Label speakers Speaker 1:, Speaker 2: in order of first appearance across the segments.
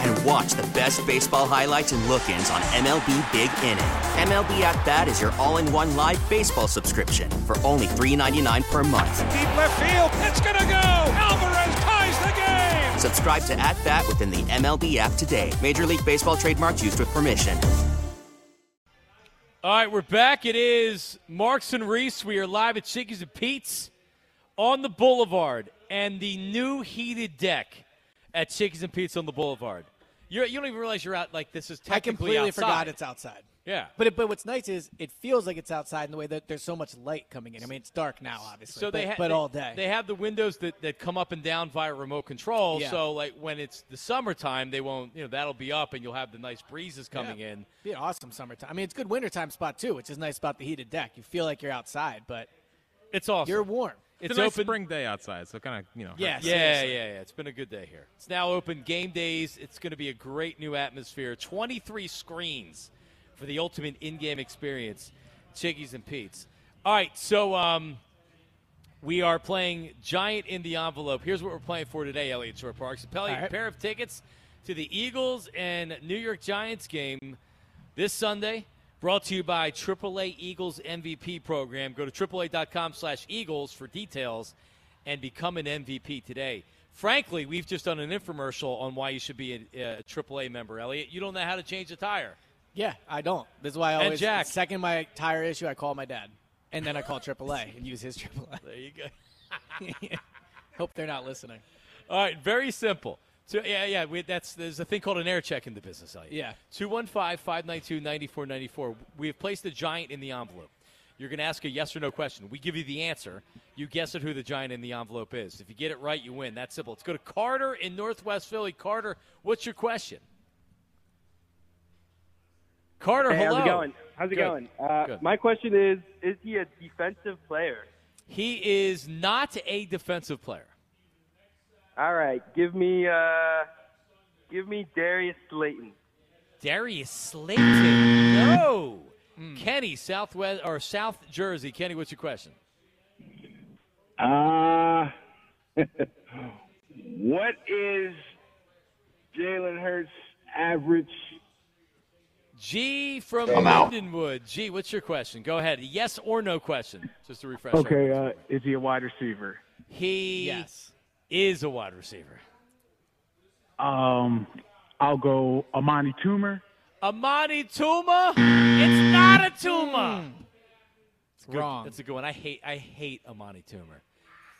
Speaker 1: And watch the best baseball highlights and look ins on MLB Big Inning. MLB At Bat is your all in one live baseball subscription for only $3.99 per month.
Speaker 2: Deep left field, it's going to go. Alvarez ties the game.
Speaker 1: Subscribe to At Bat within the MLB app today. Major League Baseball trademarks used with permission.
Speaker 3: All right, we're back. It is Marks and Reese. We are live at Chickies and Pete's on the Boulevard and the new heated deck at Chickies and Pete's on the Boulevard. You're, you do not even realize you're out like this is
Speaker 4: I
Speaker 3: technically
Speaker 4: completely
Speaker 3: outside.
Speaker 4: forgot it's outside.
Speaker 3: Yeah.
Speaker 4: But it, but what's nice is it feels like it's outside in the way that there's so much light coming in. I mean, it's dark now, obviously.
Speaker 3: So
Speaker 4: but,
Speaker 3: they ha-
Speaker 4: but
Speaker 3: they-
Speaker 4: all day.
Speaker 3: They have the windows that, that come up and down via remote control.
Speaker 4: Yeah.
Speaker 3: So like when it's the summertime, they won't. You know that'll be up, and you'll have the nice breezes coming in.
Speaker 4: be an awesome summertime. I mean, it's a good wintertime spot too, which is nice about the heated deck. You feel like you're outside, but
Speaker 3: It's awesome.
Speaker 4: you're warm.
Speaker 3: it's
Speaker 5: it's a nice
Speaker 3: open.
Speaker 5: spring day outside, so kind of you know.
Speaker 4: Yeah,
Speaker 3: Yeah,
Speaker 4: seriously.
Speaker 3: yeah, yeah. It's been a good day here. It's now open game days. It's going to be a great new atmosphere. 23 screens for the ultimate in-game experience. Chiggies and Pete's. All right, so um, we are playing Giant in the Envelope. Here's what we're playing for today, Elliot Shore Parks. Pelly,
Speaker 4: All right.
Speaker 3: a pair of tickets to the Eagles and New York Giants game this Sunday. Brought to you by AAA Eagles MVP program. Go to AAA.com slash Eagles for details and become an MVP today. Frankly, we've just done an infomercial on why you should be a, a AAA member, Elliot. You don't know how to change a tire.
Speaker 4: Yeah, I don't. This is why I
Speaker 3: And
Speaker 4: always
Speaker 3: Jack.
Speaker 4: second my tire issue. I call my dad, and then I call AAA and use his AAA.
Speaker 3: There you go.
Speaker 4: Hope they're not listening.
Speaker 3: All right, very simple. So, yeah, yeah, we, that's there's a thing called an air check in the business, Elliot.
Speaker 4: Yeah.
Speaker 3: 215-592-9494. We have placed the giant in the envelope. You're going to ask a yes or no question. We give you the answer. You guess at who the giant in the envelope is. If you get it right, you win. That's simple. Let's go to Carter in Northwest Philly. Carter, what's your question? Carter,
Speaker 6: Hey,
Speaker 3: hello.
Speaker 6: how's it going? How's it
Speaker 3: Good.
Speaker 6: going? Uh,
Speaker 3: Good.
Speaker 6: My question is: Is he a defensive player?
Speaker 3: He is not a defensive player.
Speaker 6: All right, give me, uh, give me Darius Slayton.
Speaker 3: Darius Slayton. No. Kenny, Southwest or South Jersey. Kenny, what's your question?
Speaker 7: Uh, what is Jalen Hurts' average?
Speaker 3: G from Lindenwood. G, what's your question? Go ahead. Yes or no question. Just to refresh. everyone's memory.
Speaker 7: uh, is he a wide receiver?
Speaker 3: he
Speaker 4: Yes.
Speaker 3: is a wide receiver.
Speaker 7: Um, I'll go Amani Toomer.
Speaker 3: Amani Tuma. It's not a Tuma. Good-
Speaker 4: Hmm. Wrong.
Speaker 3: That's a good one. I hate. I hate Amani Toomer.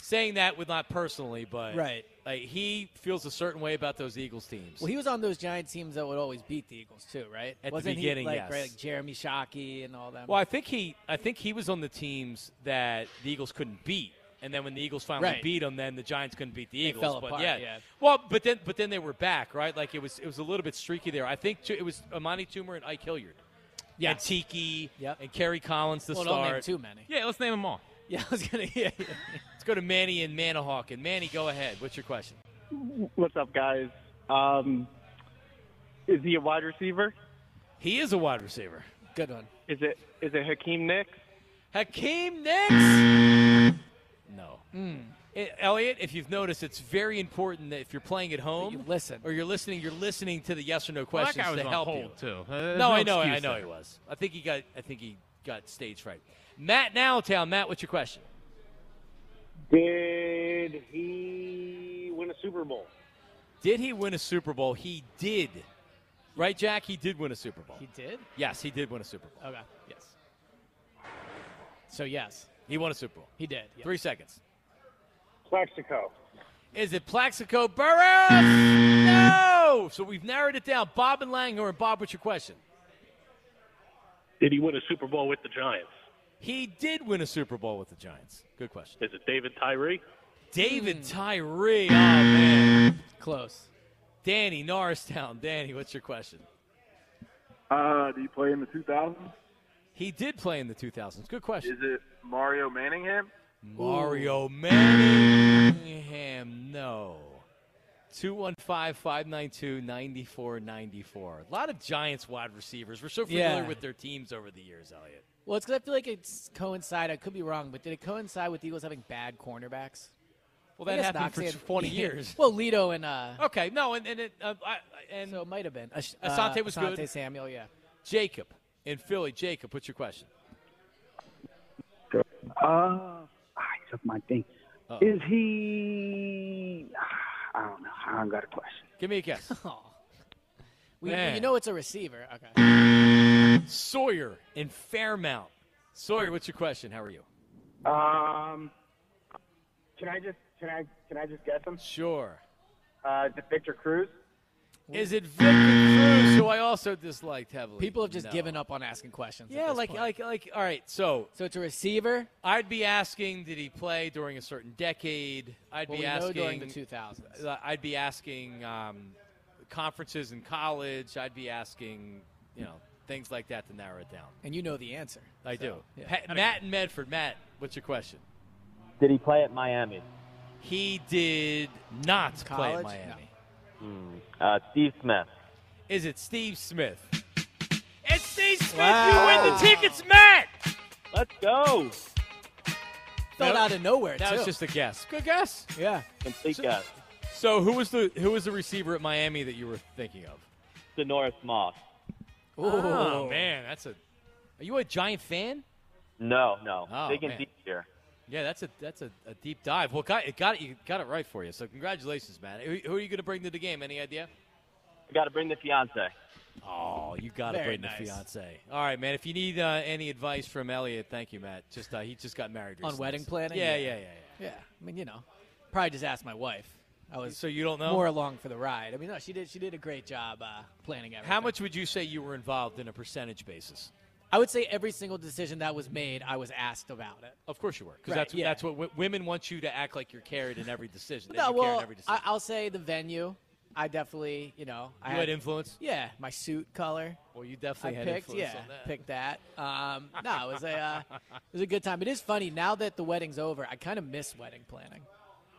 Speaker 3: Saying that with not personally, but
Speaker 4: Right.
Speaker 3: like he feels a certain way about those Eagles teams.
Speaker 4: Well, he was on those giant teams that would always beat the Eagles too, right?
Speaker 3: At the
Speaker 4: Wasn't
Speaker 3: beginning,
Speaker 4: he like,
Speaker 3: yes.
Speaker 4: right, like Jeremy Shockey and all them.
Speaker 3: Well, I think he, I think he was on the teams that the Eagles couldn't beat, and then when the Eagles finally
Speaker 4: Right.
Speaker 3: beat them, then the Giants couldn't beat the Eagles.
Speaker 4: fell
Speaker 3: but
Speaker 4: apart,
Speaker 3: yeah.
Speaker 4: yeah.
Speaker 3: well, but then, but then they were back, right? Like it was, it was a little bit streaky there. I think too, it was Amani Toomer and Ike Hilliard,
Speaker 4: Yes.
Speaker 3: and Tiki,
Speaker 4: Yep.
Speaker 3: and Kerry Collins to
Speaker 4: well, don't name
Speaker 3: start.
Speaker 4: too many.
Speaker 5: Yeah, let's name them all.
Speaker 4: Yeah, I was gonna. Yeah, yeah.
Speaker 3: Let's go to Manny and Manahawk. And Manny, go ahead. What's your question?
Speaker 6: What's up, guys? Um, is he a wide receiver?
Speaker 3: He is a wide receiver.
Speaker 4: good one.
Speaker 6: Is it is it Hakeem Nicks?
Speaker 3: Hakeem Nicks. No.
Speaker 4: Hmm.
Speaker 3: Eh, Elliot, if you've noticed, it's very important that if you're playing at home,
Speaker 4: you listen.
Speaker 3: or you're listening, you're listening to the yes or no
Speaker 5: Well, that
Speaker 3: questions
Speaker 5: guy was
Speaker 3: to
Speaker 5: on
Speaker 3: help
Speaker 5: hold
Speaker 3: you.
Speaker 5: too. Uh, there's
Speaker 3: No, I know,
Speaker 5: excuse
Speaker 3: I know
Speaker 5: there.
Speaker 3: he was. I think he got, I think he got stage fright. Matt Nowtown, Matt, what's your question?
Speaker 7: Did he win a Super Bowl?
Speaker 3: Did he win a Super Bowl? He did. Right, Jack? He did win a Super Bowl.
Speaker 4: He did.
Speaker 3: yes, he did win a Super Bowl.
Speaker 4: Okay. Yes. So yes,
Speaker 3: He won a Super Bowl.
Speaker 4: he did. Yep.
Speaker 3: Three seconds.
Speaker 7: Plexico.
Speaker 3: Is it Plaxico Burress? No! So we've narrowed it down. Bob and Langhorn. Bob, what's your question?
Speaker 8: Did he win a Super Bowl with the Giants?
Speaker 3: He did win a Super Bowl with the Giants. Good question.
Speaker 8: Is it David Tyree?
Speaker 4: Hmm.
Speaker 3: David Tyree. Oh, man.
Speaker 4: Close.
Speaker 3: Danny, Norristown. Danny, what's your question?
Speaker 9: Uh, do you play in the 2000s?
Speaker 3: He did play in the 2000s. Good question.
Speaker 9: Is it Mario Manningham?
Speaker 3: Mario Manningham, no. 215-592-9494. A lot of Giants wide receivers. We're so familiar
Speaker 4: Yeah.
Speaker 3: with their teams over the years, Elliot.
Speaker 4: Well, it's because I feel like it's coincide. I could be wrong, but did it coincide with the Eagles having bad cornerbacks?
Speaker 3: Well,
Speaker 4: I
Speaker 3: that
Speaker 4: guess
Speaker 3: happened
Speaker 4: Knox
Speaker 3: for
Speaker 4: had-
Speaker 3: 20 years.
Speaker 4: well, Lito and uh,
Speaker 3: Okay, no, and, and it uh, I, and
Speaker 4: so it might have been Ash- uh,
Speaker 3: Asante was
Speaker 4: Asante
Speaker 3: good.
Speaker 4: Samuel, yeah.
Speaker 3: Jacob in Philly. Jacob, what's your question?
Speaker 10: Uh, I took my thing.
Speaker 3: Uh-oh.
Speaker 10: Is he? I don't know. I don't got a question.
Speaker 3: Give me a guess.
Speaker 4: We,
Speaker 3: Man.
Speaker 4: you know it's a receiver. Okay.
Speaker 3: Sawyer in Fairmount. Sawyer, what's your question? How are you?
Speaker 7: Um, can I just can I can I just guess him?
Speaker 3: Sure.
Speaker 7: Uh, is it Victor Cruz?
Speaker 3: Is it Victor Cruz, who I also disliked heavily?
Speaker 4: People have just
Speaker 3: No.
Speaker 4: given up on asking questions. at
Speaker 3: Yeah,
Speaker 4: this
Speaker 3: like
Speaker 4: point.
Speaker 3: like like. All right, so
Speaker 4: so it's a receiver.
Speaker 3: I'd be asking, did he play during a certain decade? I'd
Speaker 4: Well,
Speaker 3: be
Speaker 4: we know
Speaker 3: asking
Speaker 4: during the 2000s.
Speaker 3: uh, I'd be asking um, conferences in college. I'd be asking, you know, things like that to narrow it down.
Speaker 4: and you know the answer.
Speaker 3: I
Speaker 4: So,
Speaker 3: do.
Speaker 4: yeah.
Speaker 3: Pa- Matt in Medford. Matt, what's your question?
Speaker 11: Did he play at Miami?
Speaker 3: He did not play at
Speaker 11: College?
Speaker 3: Miami.
Speaker 11: Hmm. Uh, Steve Smith.
Speaker 3: Is it Steve Smith? It's Steve Smith.
Speaker 11: Wow.
Speaker 3: You win the tickets, Matt.
Speaker 11: Let's go.
Speaker 4: Fell out of nowhere.
Speaker 3: That was
Speaker 4: too.
Speaker 3: just a guess. Good guess.
Speaker 4: Yeah.
Speaker 11: Complete guess.
Speaker 3: So who was the who was the receiver at Miami that you were thinking of?
Speaker 11: Sonoris Moss.
Speaker 3: Oh man, that's a. Are you a giant fan?
Speaker 11: No, no.
Speaker 3: Oh,
Speaker 11: Digging
Speaker 3: man.
Speaker 11: deep here.
Speaker 3: Yeah, that's a that's a, a deep dive. Well, got it got it you got it right for you. So congratulations, man. Who, who are you going to bring to the game? Any idea?
Speaker 11: We got to bring the fiance.
Speaker 3: Oh, you got to
Speaker 11: Very
Speaker 3: bring
Speaker 11: nice.
Speaker 3: the fiance. All right, man. If you need uh, any advice from Elliot, thank you, Matt. Just uh, he just got married
Speaker 4: on
Speaker 3: recently.
Speaker 4: wedding
Speaker 3: So-
Speaker 4: planning.
Speaker 3: Yeah, yeah, yeah. yeah.
Speaker 4: Yeah, I mean, you know, probably just ask my wife. I was
Speaker 3: So you don't know?
Speaker 4: more along for the ride. I mean, no, she did. She did a great job uh, planning everything.
Speaker 3: How much would you say you were involved in a percentage basis?
Speaker 4: I would say every single decision that was made, I was asked about it.
Speaker 3: Of course you were, because
Speaker 4: Right,
Speaker 3: that's
Speaker 4: yeah.
Speaker 3: that's what w- women want you to act like you're carried in every decision. that
Speaker 4: no,
Speaker 3: you carry in
Speaker 4: well,
Speaker 3: every decision.
Speaker 4: I, I'll say the venue. I definitely, you know, I
Speaker 3: You had influence?
Speaker 4: Yeah, my suit color.
Speaker 3: Well, you definitely
Speaker 4: I
Speaker 3: had
Speaker 4: picked,
Speaker 3: influence
Speaker 4: yeah,
Speaker 3: on that.
Speaker 4: picked that. Um, no, it was a uh, it was a good time. It is funny now that the wedding's over. I kind of miss wedding planning.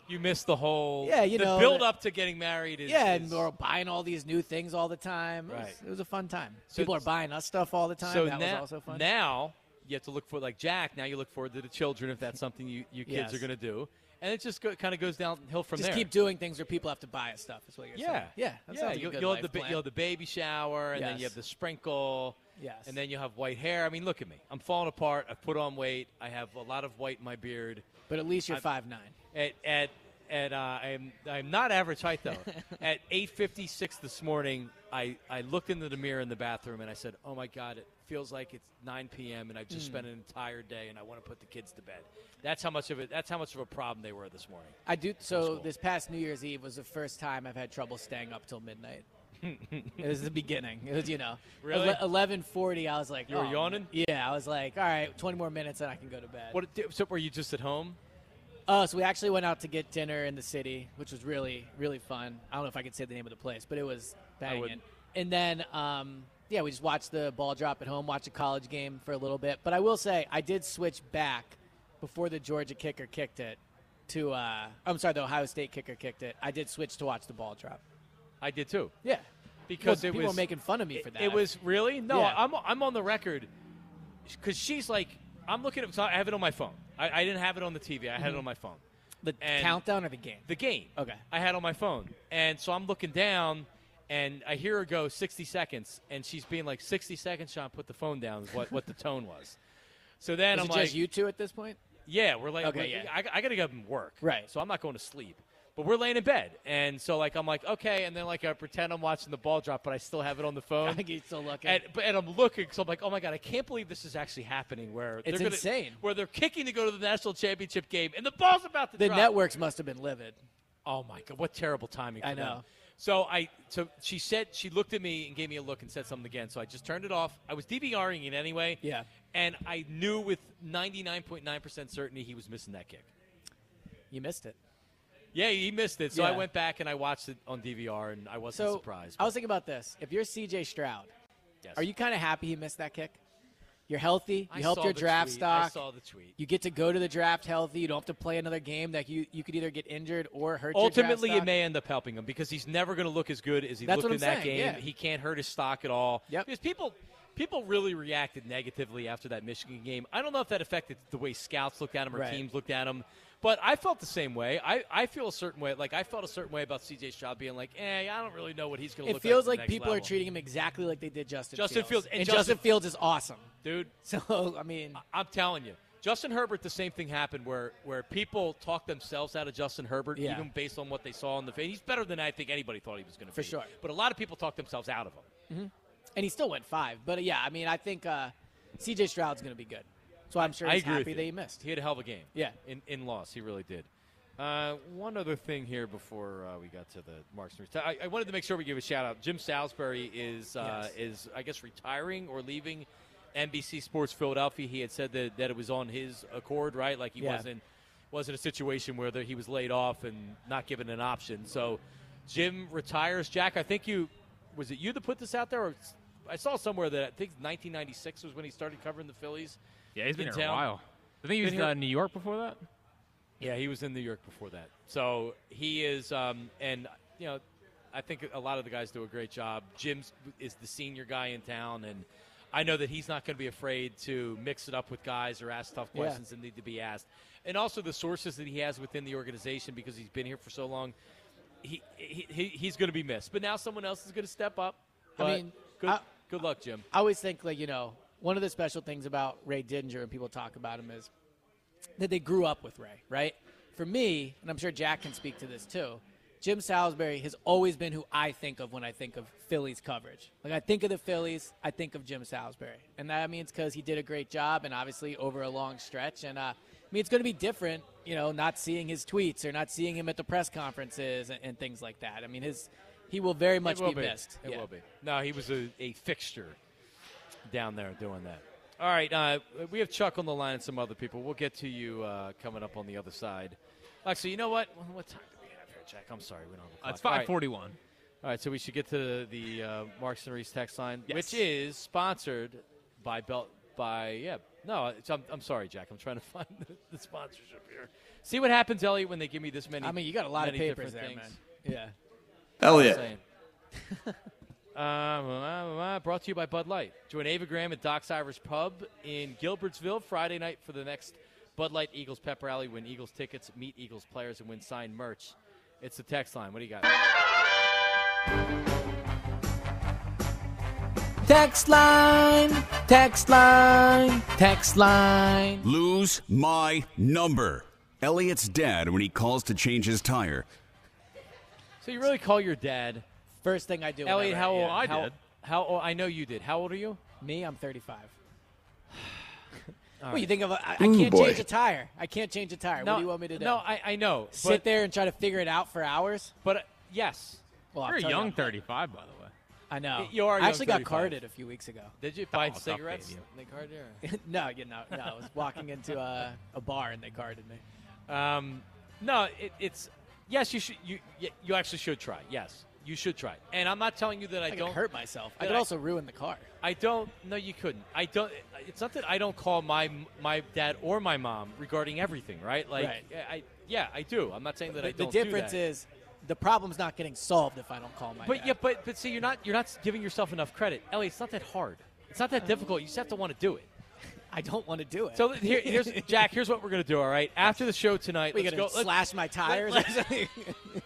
Speaker 3: you missed the whole
Speaker 4: Yeah, you
Speaker 3: the
Speaker 4: know,
Speaker 3: build
Speaker 4: the-
Speaker 3: up to getting married is
Speaker 4: yeah,
Speaker 3: is-
Speaker 4: and we're buying all these new things all the time. It was-
Speaker 3: Right.
Speaker 4: it was a fun time.
Speaker 3: So-
Speaker 4: People are buying us stuff all the time.
Speaker 3: So
Speaker 4: that
Speaker 3: now,
Speaker 4: was also fun.
Speaker 3: now you have to look for like Jack. Now you look forward to the children if that's something you, you kids
Speaker 4: Yes.
Speaker 3: are going to do, and it just go, kind of goes downhill from
Speaker 4: just
Speaker 3: there.
Speaker 4: keep doing things where people have to buy us stuff. Is what you're
Speaker 3: yeah,
Speaker 4: saying. yeah, that
Speaker 3: yeah.
Speaker 4: sounds like a
Speaker 3: You'll,
Speaker 4: good
Speaker 3: you'll
Speaker 4: life
Speaker 3: have the ba-
Speaker 4: plan.
Speaker 3: you'll have the baby shower, and then you
Speaker 4: Yes.
Speaker 3: have the sprinkle.
Speaker 4: Yes.
Speaker 3: And then you have white hair. I mean, look at me. I'm falling apart. I've put on weight. I have a lot of white in my beard.
Speaker 4: But at least you're
Speaker 3: I'm-
Speaker 4: five nine.
Speaker 3: At at at uh, I'm I'm not average height though. at 8:56 this morning, I I looked into the mirror in the bathroom and I said, "Oh my God, it feels like it's 9 p.m. and I've just
Speaker 4: Mm.
Speaker 3: spent an entire day and I want to put the kids to bed." That's how much of it. That's how much of a problem they were this morning.
Speaker 4: I do. So this past New Year's Eve was the first time I've had trouble staying up till midnight. it was the beginning. It was you know,
Speaker 3: Really?
Speaker 4: eleven forty. I was like,
Speaker 3: You were
Speaker 4: "Oh,
Speaker 3: yawning?"
Speaker 4: Yeah, I was like, all right, twenty more minutes and I can go to bed.
Speaker 3: What? it- So were you just at home?
Speaker 4: Uh, so we actually went out to get dinner in the city, which was really really fun. I don't know if I could say the name of the place, but it was banging.
Speaker 3: wouldn't.
Speaker 4: And then, um, yeah, we just watched the ball drop at home, watched a college game for a little bit. But I will say, I did switch back before the Georgia kicker kicked it to. Uh, I'm sorry, the Ohio State kicker kicked it. I did switch to watch the ball drop.
Speaker 3: I did too.
Speaker 4: Yeah,
Speaker 3: Because
Speaker 4: Well,
Speaker 3: it
Speaker 4: people
Speaker 3: was
Speaker 4: were making fun of me for that.
Speaker 3: It was really no.
Speaker 4: Yeah.
Speaker 3: Oh, I'm I'm on the record because she's like I'm looking at. So I have it on my phone. I, I didn't have it on the TV. I had it
Speaker 4: Mhm.
Speaker 3: on my phone.
Speaker 4: the
Speaker 3: And-
Speaker 4: countdown of the game.
Speaker 3: The game.
Speaker 4: Okay.
Speaker 3: I had on my phone, and so I'm looking down, and I hear her go 60 seconds, and she's being like 60 seconds, Sean. Put the phone down. Is what what the tone was. So then
Speaker 4: was
Speaker 3: I'm
Speaker 4: it
Speaker 3: like,
Speaker 4: just you two at this point?
Speaker 3: yeah, we're like,
Speaker 4: Okay,
Speaker 3: we-
Speaker 4: yeah.
Speaker 3: I, I gotta go up and work,
Speaker 4: Right.
Speaker 3: So I'm not going to sleep, but we're laying in bed, and so like I'm like, okay, and then like I pretend I'm watching the ball drop, but I still have it on the phone.
Speaker 4: I think he's still looking.
Speaker 3: And, but, and I'm looking, so I'm like, oh my god, I can't believe this is actually happening. Where
Speaker 4: It's
Speaker 3: they're gonna,
Speaker 4: insane.
Speaker 3: Where they're kicking to go to the national championship game, and the ball's about to
Speaker 4: the
Speaker 3: drop.
Speaker 4: networks must have been livid.
Speaker 3: Oh my god, what terrible timing! For
Speaker 4: I
Speaker 3: them.
Speaker 4: know.
Speaker 3: So I so she said she looked at me and gave me a look and said something again. So I just turned it off. I was DVRing it anyway.
Speaker 4: Yeah.
Speaker 3: And I knew with 99.9% certainty he was missing that kick.
Speaker 4: You missed it.
Speaker 3: Yeah, he missed it. So I
Speaker 4: Yeah.
Speaker 3: went back and I watched it on DVR and I wasn't
Speaker 4: so
Speaker 3: surprised.
Speaker 4: I was thinking about this. If you're CJ Stroud,
Speaker 3: Yes.
Speaker 4: are you kind of happy he missed that kick? You're healthy.
Speaker 3: I
Speaker 4: You helped
Speaker 3: saw
Speaker 4: your
Speaker 3: the
Speaker 4: draft
Speaker 3: tweet. I
Speaker 4: stock.
Speaker 3: saw the tweet.
Speaker 4: You get to go to the draft healthy. You don't have to play another game that you, you could either get injured or hurt.
Speaker 3: Ultimately,
Speaker 4: your
Speaker 3: it
Speaker 4: draft stock.
Speaker 3: may end up helping him because he's never going to look as good as he
Speaker 4: That's
Speaker 3: looked
Speaker 4: what
Speaker 3: in
Speaker 4: I'm
Speaker 3: that
Speaker 4: saying,
Speaker 3: game.
Speaker 4: yeah.
Speaker 3: He can't hurt his stock at all. Yep. Because people people really reacted negatively after that Michigan game. I don't know if that affected the way scouts looked at him or
Speaker 4: Right.
Speaker 3: teams looked at him, but I felt the same way. I, I feel a certain way. Like I felt a certain way about CJ Stroud being like, eh, I don't really know what he's going to
Speaker 4: It
Speaker 3: look
Speaker 4: feels
Speaker 3: like.
Speaker 4: like people are treating him exactly like they did Justin.
Speaker 3: Justin Fields- and
Speaker 4: and, Justin,
Speaker 3: Justin-
Speaker 4: Fields is awesome.
Speaker 3: dude.
Speaker 4: So I mean,
Speaker 3: I'm telling you, Justin Herbert. The same thing happened where where people talked themselves out of Justin Herbert,
Speaker 4: Yeah.
Speaker 3: even based on what they saw in the field. He's better than I think anybody thought he was going to
Speaker 4: For
Speaker 3: be.
Speaker 4: sure.
Speaker 3: but a lot of people talked themselves out of him.
Speaker 4: Mhm. and he still went five. But uh, yeah, I mean, I think uh, C.J. Stroud's going to be good. So I'm sure
Speaker 3: I
Speaker 4: he's
Speaker 3: agree with
Speaker 4: happy
Speaker 3: you.
Speaker 4: that he missed.
Speaker 3: He had a hell of a game.
Speaker 4: Yeah.
Speaker 3: in in loss, he really did. Uh, one other thing here before uh, we got to the marks. and reti- I, I wanted to make sure we give a shout out. Jim Salisbury is uh, is I guess retiring or leaving NBC Sports Philadelphia. He had said that, that it was on his accord, right? Like he
Speaker 4: Yeah.
Speaker 3: wasn't wasn't a situation where the, he was laid off and not given an option. So Jim retires. Jack, I think you was it you that put this out there, or s- I saw somewhere that I think 1996 was when he started covering the Phillies.
Speaker 5: Yeah, he's been
Speaker 3: in
Speaker 5: here a
Speaker 3: town.
Speaker 5: while. I think he was
Speaker 3: Been
Speaker 5: in
Speaker 3: here-
Speaker 5: uh, New York before that.
Speaker 3: yeah, he was in New York before that. So he is, um, and you know, I think a lot of the guys do a great job. Jim's is the senior guy in town, and I know that he's not going to be afraid to mix it up with guys or ask tough
Speaker 4: Yeah.
Speaker 3: questions that need to be asked, and also the sources that he has within the organization because he's been here for so long. He, he, he he's going to be missed, but now someone else is going to step up.
Speaker 4: I
Speaker 3: But
Speaker 4: mean,
Speaker 3: good
Speaker 4: I-
Speaker 3: good luck, Jim.
Speaker 4: I always think like you know one of the special things about Ray Dinger and people talk about him is that they grew up with Ray, right? For me, and I'm sure Jack can speak to this too. Jim Salisbury has always been who I think of when I think of Phillies coverage. Like I think of the Phillies, I think of Jim Salisbury, and that means because he did a great job, and obviously over a long stretch. And uh, I mean, it's going to be different, you know, not seeing his tweets or not seeing him at the press conferences and, and things like that. I mean, his he will very much
Speaker 3: It will
Speaker 4: be, missed.
Speaker 3: It
Speaker 4: Yeah.
Speaker 3: will be. No, he was a, a fixture down there doing that. All right, uh, we have Chuck on the line and some other people. We'll get to you uh, coming up on the other side. Actually, you know what? What time do we have here, Jack? I'm sorry, we don't have a
Speaker 5: Uh,
Speaker 3: clock.
Speaker 5: it's
Speaker 3: All right.
Speaker 5: 5:41.
Speaker 3: All right, so we should get to the uh, Marks and Reese text line,
Speaker 5: Yes.
Speaker 3: which is sponsored by Belt by yeah. No, it's, I'm, I'm sorry, Jack. I'm trying to find the, the sponsorship here. See what happens, Elliot, when they give me this many.
Speaker 4: I mean, you got a lot of
Speaker 3: many
Speaker 4: papers
Speaker 3: different
Speaker 4: there,
Speaker 3: things.
Speaker 4: man.
Speaker 3: Yeah.
Speaker 12: Elliot.
Speaker 3: Um, uh, uh, brought to you by Bud Light. Join Ava Graham at Doc Ivers Pub in Gilbertsville Friday night for the next Bud Light Eagles pep rally. Win Eagles tickets, meet Eagles players, and win signed merch. It's the text line. What do you got?
Speaker 4: Text line, text line, text line.
Speaker 13: Lose my number. Elliot's dad when he calls to change his tire.
Speaker 3: So you really call your dad?
Speaker 4: First thing I do.
Speaker 3: Elliot,
Speaker 4: whenever
Speaker 3: how old?
Speaker 4: yeah,
Speaker 3: how,
Speaker 4: how-
Speaker 3: How old? I know you did. How old are you?
Speaker 4: Me, I'm 35. What
Speaker 3: All
Speaker 4: do you
Speaker 3: right.
Speaker 4: think of? I, I
Speaker 3: Ooh,
Speaker 4: can't
Speaker 3: boy.
Speaker 4: change a tire. I can't change a tire.
Speaker 3: No,
Speaker 4: what do you want me to do?
Speaker 3: no, I- I know, but-
Speaker 4: Sit there and try to figure it out for hours.
Speaker 3: But uh, yes,
Speaker 4: well, I'll
Speaker 5: You're a
Speaker 4: tell you,
Speaker 5: young
Speaker 4: I'm-
Speaker 5: 35, by the way.
Speaker 4: I know.
Speaker 3: You are a
Speaker 4: I
Speaker 3: young
Speaker 4: actually got
Speaker 3: 35.
Speaker 4: carded a few weeks ago.
Speaker 3: Did you buy
Speaker 4: Oh,
Speaker 3: cigarettes?
Speaker 4: okay,
Speaker 3: They carded you. or-
Speaker 4: no, you know, no. I was walking into a, a bar and they carded me.
Speaker 3: Um, no, it, it's yes. You should. You y- you actually should try. Yes, you should try. And I'm not telling you that I,
Speaker 4: I could
Speaker 3: don't
Speaker 4: hurt myself. I
Speaker 3: that
Speaker 4: could also ruin the car.
Speaker 3: I don't. No, you couldn't. I don't. It's not that I don't call my my dad or my mom regarding everything. Right. Like
Speaker 4: Right.
Speaker 3: I, I- yeah, I do. I'm not saying that I
Speaker 4: But the
Speaker 3: don't.
Speaker 4: difference
Speaker 3: do that.
Speaker 4: is the problem's not getting solved if I don't call my.
Speaker 3: But
Speaker 4: dad.
Speaker 3: yeah, but but see, you're not you're not giving yourself enough credit, Ellie. It's not that hard. It's not that difficult. You just have to want to do it.
Speaker 4: I don't want to do it.
Speaker 3: So here, here's Jack. Here's what we're gonna do. All right. After the show tonight,
Speaker 4: We
Speaker 3: let's
Speaker 4: gonna
Speaker 3: go. let's-
Speaker 4: slash my tires or
Speaker 3: Let, us
Speaker 4: something?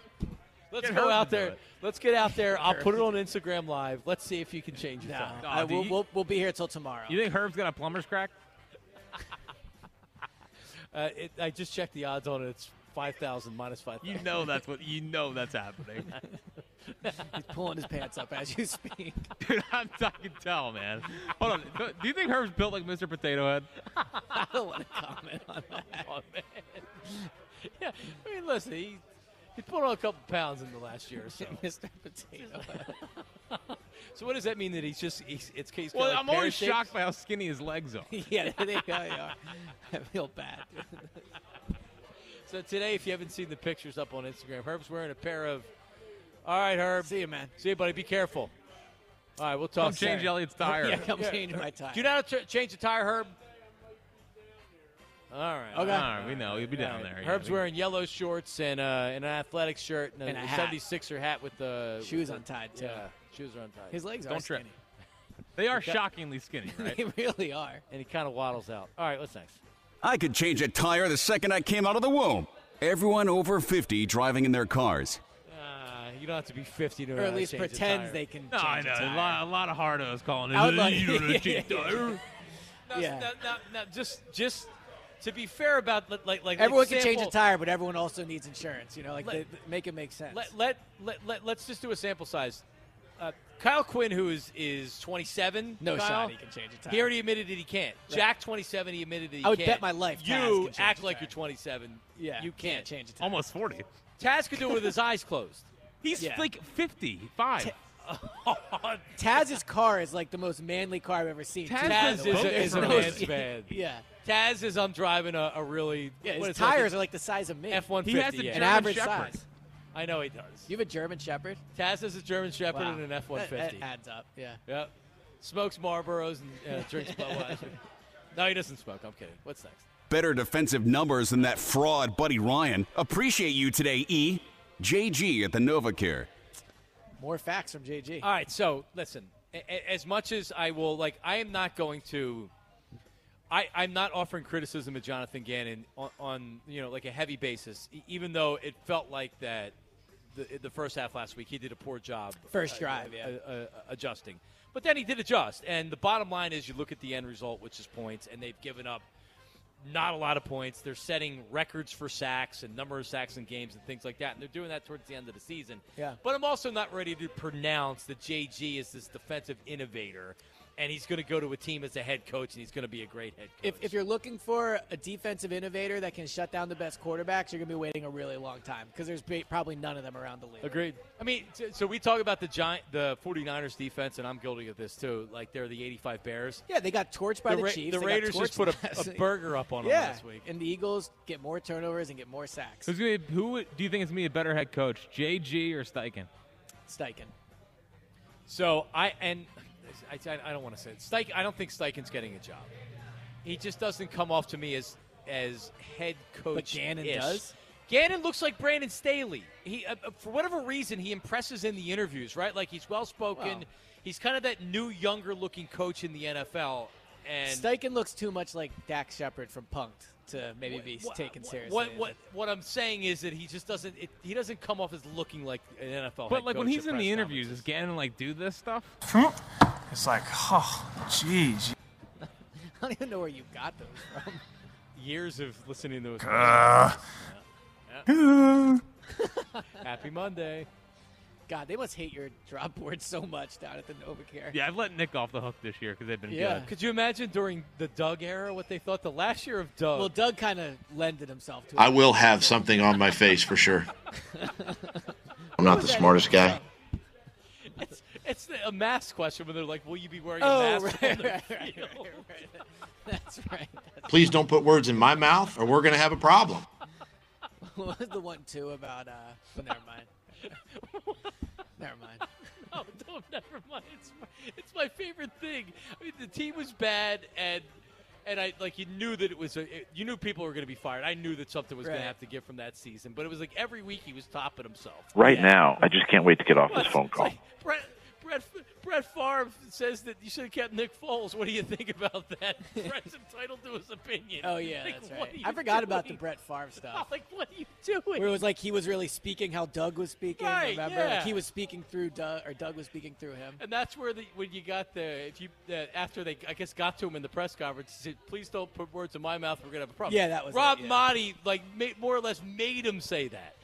Speaker 3: go
Speaker 4: hurt
Speaker 3: out
Speaker 4: and do
Speaker 3: there.
Speaker 4: it.
Speaker 3: Let's get out there. I'll put it on Instagram Live. Let's see if you can change your
Speaker 4: No,
Speaker 3: time.
Speaker 4: I- we'll, we'll, we'll be here till tomorrow.
Speaker 5: You think Herb's got a plumber's crack?
Speaker 3: Uh, it, I just checked the odds on it. It's five thousand minus five.
Speaker 5: You know that's what you know that's happening.
Speaker 4: He's pulling his pants up as you speak.
Speaker 5: Dude, I'm, I can tell, man. Hold on. Do- Do you think Herb's built like Mr. Potato Head?
Speaker 3: I don't want to comment on that. man. Yeah, I mean, listen, he, He put on a couple pounds in the last year or so.
Speaker 4: Mr. Potato.
Speaker 3: so what does that mean that he's just he's, it's he's kinda
Speaker 5: Well,
Speaker 3: like
Speaker 5: I'm always
Speaker 3: pear-shaped?
Speaker 5: shocked by how skinny his legs are.
Speaker 4: yeah, they are. They are. I feel bad.
Speaker 3: So today, if you haven't seen the pictures up on Instagram, Herb's wearing a pair of. All right, Herb. See
Speaker 4: you, man.
Speaker 3: See you, buddy. Be careful. All right, we'll talk.
Speaker 5: Come change
Speaker 3: Saturday.
Speaker 5: Elliot's tire.
Speaker 4: Yeah, come change my tire.
Speaker 3: Do you know how to tr- change the tire, Herb? All right.
Speaker 5: Okay. All right, we know. You'll be
Speaker 3: All
Speaker 5: down there, yeah,
Speaker 3: Herb's
Speaker 5: we-
Speaker 3: wearing yellow shorts and, uh, and an athletic shirt and,
Speaker 4: And a hat.
Speaker 3: 76er hat with the
Speaker 4: Shoes
Speaker 3: with the-
Speaker 4: untied, too.
Speaker 3: Yeah, shoes are untied.
Speaker 4: His legs are
Speaker 3: Don't trip.
Speaker 4: skinny.
Speaker 5: They are
Speaker 3: Okay.
Speaker 5: shockingly skinny, right?
Speaker 4: They really are.
Speaker 3: And he kind of waddles out. All right, what's next?
Speaker 13: I could change a tire the second I came out of the womb. Everyone over 50 driving in their cars.
Speaker 3: Uh, you don't have to be 50 to know
Speaker 4: Or
Speaker 3: how
Speaker 4: at
Speaker 3: to
Speaker 4: least
Speaker 3: change a
Speaker 4: pretends
Speaker 3: tire.
Speaker 4: they can.
Speaker 5: No, I
Speaker 4: change a
Speaker 5: know. A
Speaker 4: tire.
Speaker 5: lot, a lot of hardos calling it.
Speaker 4: I would like-
Speaker 5: you don't know how to change
Speaker 4: Yeah.
Speaker 5: tire."
Speaker 3: No,
Speaker 4: Yeah.
Speaker 3: no, no, no, just just to be fair about like like like
Speaker 4: everyone can
Speaker 3: example-
Speaker 4: change a tire, but everyone also needs insurance. You know, like
Speaker 3: Let-
Speaker 4: they, they- make it make sense.
Speaker 3: Let let let, let let's just do a sample size. Uh, Kyle Quinn, who is is 27,
Speaker 4: No
Speaker 3: Kyle,
Speaker 4: shot he can change a tire.
Speaker 3: He already admitted that he can't.
Speaker 4: Right.
Speaker 3: Jack, 27, he admitted that he
Speaker 4: I would
Speaker 3: can't.
Speaker 4: bet my life Taz can
Speaker 3: You
Speaker 4: change
Speaker 3: act
Speaker 4: a
Speaker 3: like
Speaker 4: tire.
Speaker 3: you're 27.
Speaker 4: Yeah,
Speaker 3: you can't.
Speaker 4: change a tire.
Speaker 5: Almost 40.
Speaker 3: Taz could do it with his eyes closed.
Speaker 5: He's
Speaker 4: Yeah.
Speaker 5: like 55.
Speaker 4: Taz's car is like the most manly car I've ever seen. too, by
Speaker 3: Taz
Speaker 4: the
Speaker 3: is,
Speaker 4: way.
Speaker 3: a, is a
Speaker 4: There's
Speaker 3: man's
Speaker 4: no-
Speaker 3: man.
Speaker 4: Yeah.
Speaker 3: Taz is I'm driving a, a really
Speaker 4: Yeah, his
Speaker 3: what is that,
Speaker 4: tires are like the size of me.
Speaker 3: F150.
Speaker 5: He has a
Speaker 3: yeah.
Speaker 4: An
Speaker 5: German
Speaker 4: average
Speaker 5: Shepherd.
Speaker 4: size.
Speaker 3: I know he does.
Speaker 4: You have a German Shepherd?
Speaker 3: Taz is a German Shepherd
Speaker 4: Wow.
Speaker 3: and an F one
Speaker 4: That,
Speaker 3: fifty.
Speaker 4: that adds up. Yeah.
Speaker 3: Yep. Smokes Marlboros and uh, drinks Budweiser. no, he doesn't smoke. I'm kidding. What's next?
Speaker 13: Better defensive numbers than that fraud Buddy Ryan. Appreciate you today, E. JG at the NovaCare.
Speaker 4: More facts from JG.
Speaker 3: All right. So listen, a- a- as much as I will, like, I am not going to. I, I'm not offering criticism of Jonathan Gannon on, on you know like a heavy basis, e- even though it felt like that the, the first half last week he did a poor job
Speaker 4: First drive, yeah.
Speaker 3: uh, uh, adjusting, but then he did adjust, and the bottom line is you look at the end result, which is points, and they've given up not a lot of points. They're setting records for sacks and number of sacks in games and things like that, and they're doing that towards the end of the season.
Speaker 4: Yeah.
Speaker 3: But I'm also not ready to pronounce that JG is this defensive innovator, and he's going to go to a team as a head coach, and he's going to be a great head coach.
Speaker 4: If, if you're looking for a defensive innovator that can shut down the best quarterbacks, you're going to be waiting a really long time because there's ba- probably none of them around the league.
Speaker 3: Agreed. I mean, t- so we talk about the giant, the 49ers defense, and I'm guilty of this too. Like they're the 85 Bears.
Speaker 4: Yeah, they got torched by
Speaker 3: The
Speaker 4: the,
Speaker 3: Ra-
Speaker 4: Chiefs.
Speaker 3: the
Speaker 4: they got
Speaker 3: Raiders just
Speaker 4: torched
Speaker 3: put a-
Speaker 4: last
Speaker 3: a
Speaker 4: night.
Speaker 3: burger up on 'em
Speaker 4: yeah.
Speaker 3: last week.
Speaker 4: And the Eagles get more turnovers and get more sacks.
Speaker 5: Who's gonna, be- who would- do you think is going to be a better head coach, JG or Steichen?
Speaker 4: Steichen.
Speaker 3: So I and I, I, I don't want to say it. Steichen. I don't think Steichen's getting a job. He just doesn't come off to me as as head coach.
Speaker 4: Gannon does?
Speaker 3: Gannon looks like Brandon Staley. He, uh, uh, for whatever reason, he impresses in the interviews, right? Like he's well spoken.
Speaker 4: Wow.
Speaker 3: He's kind of that new, younger looking coach in the NFL. And
Speaker 4: Steichen looks too much like Dak Shepard from Punked to maybe be
Speaker 3: Wha-
Speaker 4: taken
Speaker 3: wha-
Speaker 4: seriously.
Speaker 3: What, what what I'm saying is that he just doesn't it, he doesn't come off as looking like an NFL.
Speaker 5: But
Speaker 3: head
Speaker 5: like when
Speaker 3: coach
Speaker 5: he's
Speaker 3: at
Speaker 5: in the
Speaker 3: press
Speaker 5: interviews, is Gannon like do this stuff?
Speaker 12: It's like, oh, jeez.
Speaker 4: I don't even know where you got those from.
Speaker 3: conference. years of listening to his.
Speaker 12: Uh.
Speaker 3: Yeah. Yeah. Happy Monday.
Speaker 4: God, they must hate your drop board so much down at the Novacare.
Speaker 5: Yeah, I've let Nick off the hook this year because they've been
Speaker 4: Yeah.
Speaker 5: good.
Speaker 3: Could you imagine during the Doug era what they thought the last year of Doug?
Speaker 4: Well, Doug kind of lended himself to it.
Speaker 14: I will have something on my face for sure. I'm not the smartest guy.
Speaker 3: it's, it's the- a mask question when they're like, "Will you be wearing
Speaker 4: Oh,
Speaker 3: a mask?"
Speaker 4: right,
Speaker 3: on the
Speaker 4: right, right,
Speaker 3: field?"
Speaker 4: That's right.
Speaker 14: Please don't put words in my mouth or we're going to have a problem.
Speaker 4: What was the one too about? Uh, but never mind. never mind.
Speaker 3: no, Oh, no, never mind. It's my, it's my favorite thing. I mean, the team was bad, and and I like you knew that it was a, it- you knew people were going to be fired. I knew that something was going
Speaker 4: Right.
Speaker 3: to have to give from that season, but it was like every week he was topping himself.
Speaker 15: Right now, I just can't wait to get off this
Speaker 3: What?
Speaker 15: phone call.
Speaker 3: It's like, Brett, Brett, Brett Favre says that you should have kept Nick Foles. What do you think about that? Brett's entitled to his opinion.
Speaker 4: Oh yeah,
Speaker 3: Like,
Speaker 4: that's
Speaker 3: what
Speaker 4: right.
Speaker 3: are
Speaker 4: I
Speaker 3: you
Speaker 4: forgot about the
Speaker 3: doing?
Speaker 4: Brett Favre stuff.
Speaker 3: Like, what are you doing?
Speaker 4: Where it was like he was really speaking how Doug was speaking.
Speaker 3: Right,
Speaker 4: remember,
Speaker 3: yeah.
Speaker 4: like he was speaking through Doug, or Doug was speaking through him.
Speaker 3: And that's where the when you got the if you uh, after they I guess got to him in the press conference, he said, "Please don't put words in my mouth. We're gonna have a problem."
Speaker 4: Yeah, that was
Speaker 3: Rob
Speaker 4: it, yeah.
Speaker 3: Motti like made, more or less made him say that.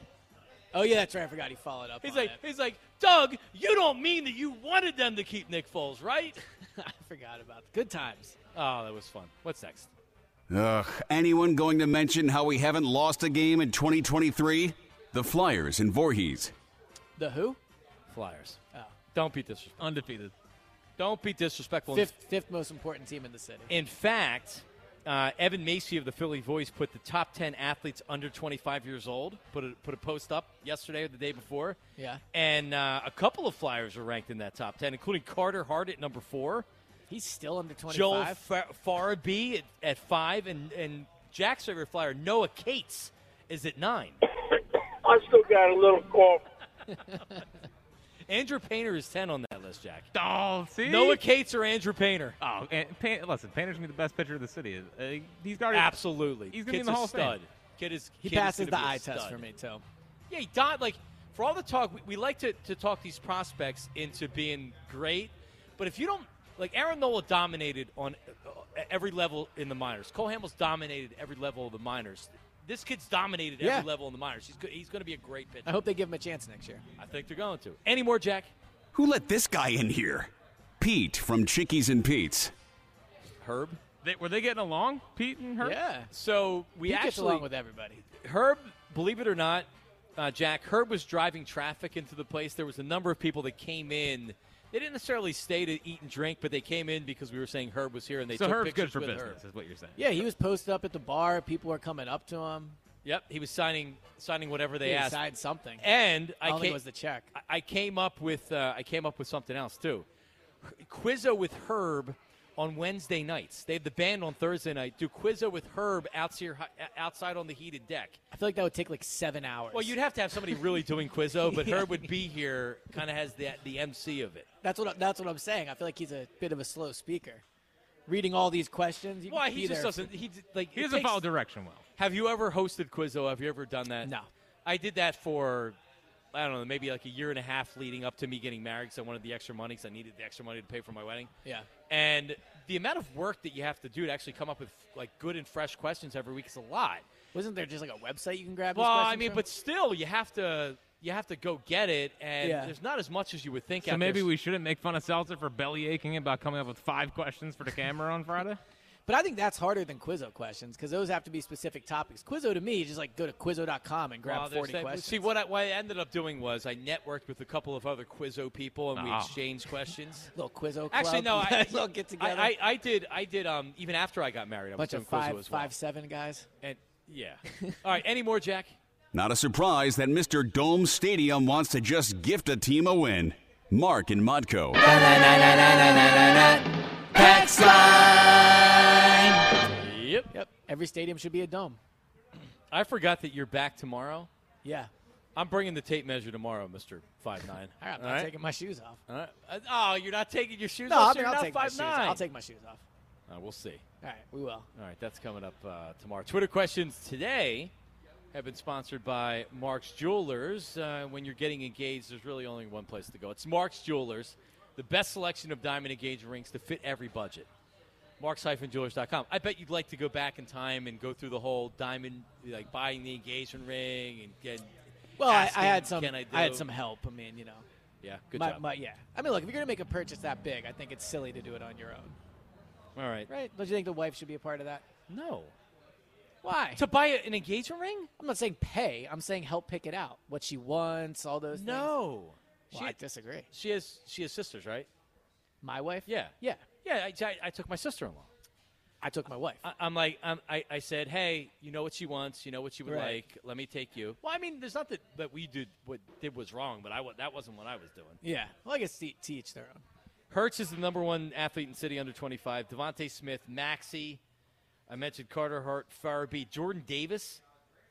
Speaker 4: Oh yeah, that's right. I forgot he followed up.
Speaker 3: He's
Speaker 4: on
Speaker 3: like
Speaker 4: it.
Speaker 3: he's like Doug, you don't mean that you wanted them to keep Nick Foles, right?
Speaker 4: I forgot about that. good times.
Speaker 3: Oh, that was fun. What's next?
Speaker 13: Ugh, anyone going to mention how we haven't lost a game in 2023? The Flyers and Voorhees.
Speaker 4: The who? Oh.
Speaker 3: Flyers. Don't be disrespectful.
Speaker 5: Undefeated.
Speaker 3: Don't be disrespectful.
Speaker 4: Fifth, fifth most important team in the city.
Speaker 3: In fact, uh, Evan Macy of the Philly Voice put the top 10 athletes under 25 years old, put a, put a post up yesterday or the day before.
Speaker 4: Yeah.
Speaker 3: And uh, a couple of Flyers are ranked in that top 10, including Carter Hart at number four,
Speaker 4: He's still under 25.
Speaker 3: Joel Fa- Farabee at, at five, and, and Jack's favorite Flyer, Noah Cates, is at nine.
Speaker 16: I still got a little cough.
Speaker 3: Andrew Painter is 10 on that list, Jack.
Speaker 5: Oh, see?
Speaker 3: Noah Cates or Andrew Painter?
Speaker 5: Oh, and Pan- listen, Painter's gonna be the best pitcher of the city. Uh, he's got
Speaker 3: Absolutely.
Speaker 5: He's gonna be in
Speaker 3: Kid's
Speaker 5: the
Speaker 3: a
Speaker 5: Hall of
Speaker 3: stud.
Speaker 5: Fame.
Speaker 3: Kid is,
Speaker 4: He
Speaker 3: kid is
Speaker 4: passes the
Speaker 3: gonna be a
Speaker 4: eye test
Speaker 3: stud.
Speaker 4: for me, too.
Speaker 3: Yeah, he died. Like for all the talk, we, we like to, to talk these prospects into being great, but if you don't like Aaron Nola dominated on uh, every level in the minors. Cole Hamels dominated every level of the minors. This kid's dominated every
Speaker 4: Yeah.
Speaker 3: level in the minors. He's go- he's going to be a great pitcher.
Speaker 4: I hope they give him a chance next year.
Speaker 3: I think they're going to. Any more, Jack?
Speaker 13: Who let this guy in here? Pete from Chickies and Pete's.
Speaker 3: Herb.
Speaker 5: They, were they getting along, Pete and Herb?
Speaker 4: Yeah.
Speaker 3: So we
Speaker 4: he
Speaker 3: actually
Speaker 4: gets along with everybody.
Speaker 3: Herb, believe it or not, uh, Jack, Herb was driving traffic into the place. There was a number of people that came in. They didn't necessarily stay to eat and drink, but they came in because we were saying Herb was here, and they
Speaker 5: so
Speaker 3: took
Speaker 5: Herb's
Speaker 3: pictures
Speaker 5: good for
Speaker 3: with
Speaker 5: business,
Speaker 3: Herb.
Speaker 5: is what you're saying.
Speaker 4: Yeah, he was posted up at the bar. People were coming up to him.
Speaker 3: Yep, he was signing signing whatever they
Speaker 4: He
Speaker 3: asked.
Speaker 4: signed something.
Speaker 3: And
Speaker 4: I
Speaker 3: I
Speaker 4: don't think
Speaker 3: came,
Speaker 4: it was the check.
Speaker 3: I- I came up with uh, I came up with something else too. H- Quizzo with Herb on Wednesday nights. They have the band on Thursday night. Do Quizzo with Herb outside uh, outside on the heated deck.
Speaker 4: I feel like that would take like seven hours.
Speaker 3: Well, you'd have to have somebody really doing Quizzo, but
Speaker 4: Yeah.
Speaker 3: Herb would be here, kind of has the the MC of it.
Speaker 4: That's what that's what I'm saying. I feel like he's a bit of a slow speaker. Reading all these questions. you
Speaker 3: Why
Speaker 4: could
Speaker 3: he
Speaker 4: be
Speaker 3: just
Speaker 4: there.
Speaker 3: doesn't? He d- like
Speaker 5: He
Speaker 3: it
Speaker 5: doesn't
Speaker 3: takes-
Speaker 5: follow direction well.
Speaker 3: Have you ever hosted Quizzo? Have you ever done that?
Speaker 4: No.
Speaker 3: I did that for I don't know, maybe like a year and a half leading up to me getting married because I wanted the extra money because I needed the extra money to pay for my wedding.
Speaker 4: Yeah.
Speaker 3: And the amount of work that you have to do to actually come up with like good and fresh questions every week is a lot.
Speaker 4: Wasn't there just like a website you can grab? these
Speaker 3: Well, I
Speaker 4: questions
Speaker 3: mean,
Speaker 4: from?
Speaker 3: but still, you have to you have to go get it, and
Speaker 4: Yeah.
Speaker 3: there's not as much as you would think. out
Speaker 5: So
Speaker 3: there.
Speaker 5: maybe we shouldn't make fun of Seltzer for belly aching about coming up with five questions for the camera on Friday.
Speaker 4: But I think that's harder than Quizzo questions because those have to be specific topics. Quizzo to me is just like go to quizzo.com and grab
Speaker 3: Well, there's
Speaker 4: 40
Speaker 3: that-
Speaker 4: questions.
Speaker 3: See, what I, what I ended up doing was I networked with a couple of other Quizzo people, and
Speaker 5: Oh.
Speaker 3: we
Speaker 4: Ah.
Speaker 3: exchanged questions.
Speaker 4: little Quizzo club.
Speaker 3: Actually, no,
Speaker 4: You
Speaker 3: I,
Speaker 4: guys all get together.
Speaker 3: I, I, I did. I did. Um, even after I got married, I was
Speaker 4: bunch
Speaker 3: doing
Speaker 4: of
Speaker 3: Quizzo
Speaker 4: five,
Speaker 3: as well.
Speaker 4: five, seven guys.
Speaker 3: And yeah. All right. Any more, Jack?
Speaker 13: Not a surprise that Mr. Dome Stadium wants to just gift a team a win. Mark and Mudco.
Speaker 3: Yep.
Speaker 4: Yep. Every stadium should be a dome.
Speaker 3: I forgot that you're back tomorrow.
Speaker 4: Yeah.
Speaker 3: I'm bringing the tape measure tomorrow, Mister Five Nine.
Speaker 4: All right, I'm not taking my shoes off.
Speaker 3: All right. Uh, Oh, you're not taking your shoes
Speaker 4: No,
Speaker 3: off.
Speaker 4: I
Speaker 3: so
Speaker 4: mean,
Speaker 3: you're
Speaker 4: I'll
Speaker 3: not
Speaker 4: take my
Speaker 3: 5'9".
Speaker 4: shoes. I'll take my shoes off.
Speaker 3: Uh, we'll see.
Speaker 4: All right, we will.
Speaker 3: All right, that's coming up uh, tomorrow. Twitter questions today have been sponsored by Mark's Jewelers. Uh, when you're getting engaged, there's really only one place to go. It's Mark's Jewelers, the best selection of diamond engagement rings to fit every budget. Marks-jewelers.com. I bet you'd like to go back in time and go through the whole diamond, like buying the engagement ring and get.
Speaker 4: Well, I,
Speaker 3: asking,
Speaker 4: I had some.
Speaker 3: Can I,
Speaker 4: I,
Speaker 3: do?
Speaker 4: had some help. I mean, you know.
Speaker 3: Yeah, good
Speaker 4: my,
Speaker 3: job.
Speaker 4: my- yeah. I mean, look, if you're gonna make a purchase that big, I think it's silly to do it on your own,
Speaker 3: All right.
Speaker 4: right? Don't you think the wife should be a part of that?
Speaker 3: No.
Speaker 4: Why?
Speaker 3: To buy an engagement ring?
Speaker 4: I'm not saying pay. I'm saying help pick it out. What she wants, all those.
Speaker 3: No.
Speaker 4: Things. Well, I disagree.
Speaker 3: She has she has sisters, right?
Speaker 4: My wife.
Speaker 3: Yeah.
Speaker 4: Yeah.
Speaker 3: Yeah, I, I, I took my sister-in-law.
Speaker 4: I took my wife.
Speaker 3: I, I'm like, I'm, I, I said, hey, you know what she wants, you know what she would
Speaker 4: Right.
Speaker 3: like. Let me take you. Well, I mean, there's not that, that we did what did was wrong, but I wa- that wasn't what I was doing.
Speaker 4: Yeah. Well, I guess to, to each their own.
Speaker 3: Hertz is the number one athlete in city under 25. Devonte Smith, Maxi, I mentioned Carter Hart, Farabee, Jordan Davis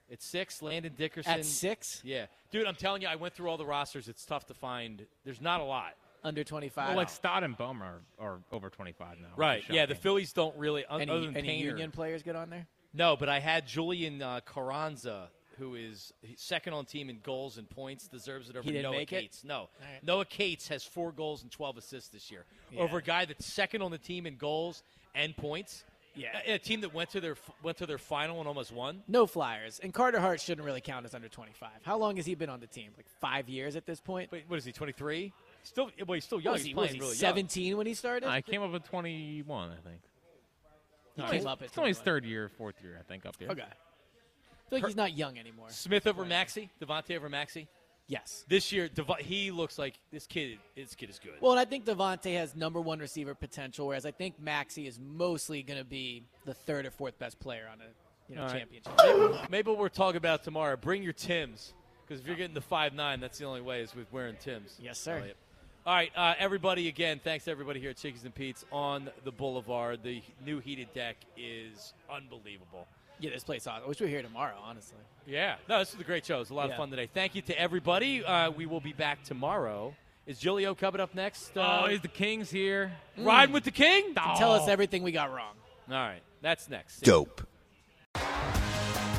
Speaker 3: at six, Landon Dickerson
Speaker 4: At six?
Speaker 3: Yeah, dude, I'm telling you, I went through all the rosters. It's tough to find. There's not a lot.
Speaker 4: Under 25.
Speaker 5: Well, like Stott and Bohm are, are over 25 now.
Speaker 3: Right.
Speaker 5: Shocking.
Speaker 3: Yeah, the Phillies don't really. un-
Speaker 4: any
Speaker 3: other than
Speaker 4: any
Speaker 3: Painter.
Speaker 4: union players get on there?
Speaker 3: No, but I had Julian uh, Carranza, who is he's second on team in goals and points, deserves it over
Speaker 4: He didn't
Speaker 3: Noah
Speaker 4: make it?
Speaker 3: Cates. No,
Speaker 4: right.
Speaker 3: Noah Cates has four goals and twelve assists this year
Speaker 4: Yeah.
Speaker 3: over a guy that's second on the team in goals and points.
Speaker 4: Yeah.
Speaker 3: a, a team that went to their f- went to their final and almost won.
Speaker 4: No flyers. And Carter Hart shouldn't really count as under 25. How long has he been on the team? Like five years at this point?
Speaker 3: Wait, what is he? Twenty three? Still, well, he's still young.
Speaker 4: Was
Speaker 3: he's
Speaker 4: he,
Speaker 3: playing
Speaker 4: was he
Speaker 3: really young.
Speaker 4: 17 when he started?
Speaker 5: I came up with 21, I think.
Speaker 4: He
Speaker 5: No,
Speaker 4: came
Speaker 5: it's-
Speaker 4: up at
Speaker 5: It's only his
Speaker 4: 21.
Speaker 5: third year, fourth year, I think, up here.
Speaker 4: Okay. feel like he's not young anymore.
Speaker 3: Smith over Maxi, Devontae over Maxi.
Speaker 4: Yes.
Speaker 3: This year, Devo- he looks like this kid. This kid is good.
Speaker 4: Well, and I think Devontae has number one receiver potential, whereas I think Maxi is mostly going to be the third or fourth best player on a you know
Speaker 3: All right.
Speaker 4: championship.
Speaker 3: Maybe, maybe we'll talk about it tomorrow. Bring your Tims because if you're getting the five nine, that's the only way is with wearing Tims.
Speaker 4: Yes, sir.
Speaker 3: Elliot. All right, uh, everybody. Again, thanks to everybody here at Chickies and Pete's on the Boulevard. The new heated deck is unbelievable.
Speaker 4: Yeah, this place. I wish we were here tomorrow. Honestly.
Speaker 3: Yeah. No, this was a great show. It was a lot
Speaker 4: Yeah.
Speaker 3: of fun today. Thank you to everybody. Uh, we will be back tomorrow. Is Julio coming up next? Uh,
Speaker 5: oh, is the Kings here? Hmm.
Speaker 3: Riding with the King?
Speaker 4: Tell us everything we got wrong.
Speaker 3: All right, that's next.
Speaker 17: Dope.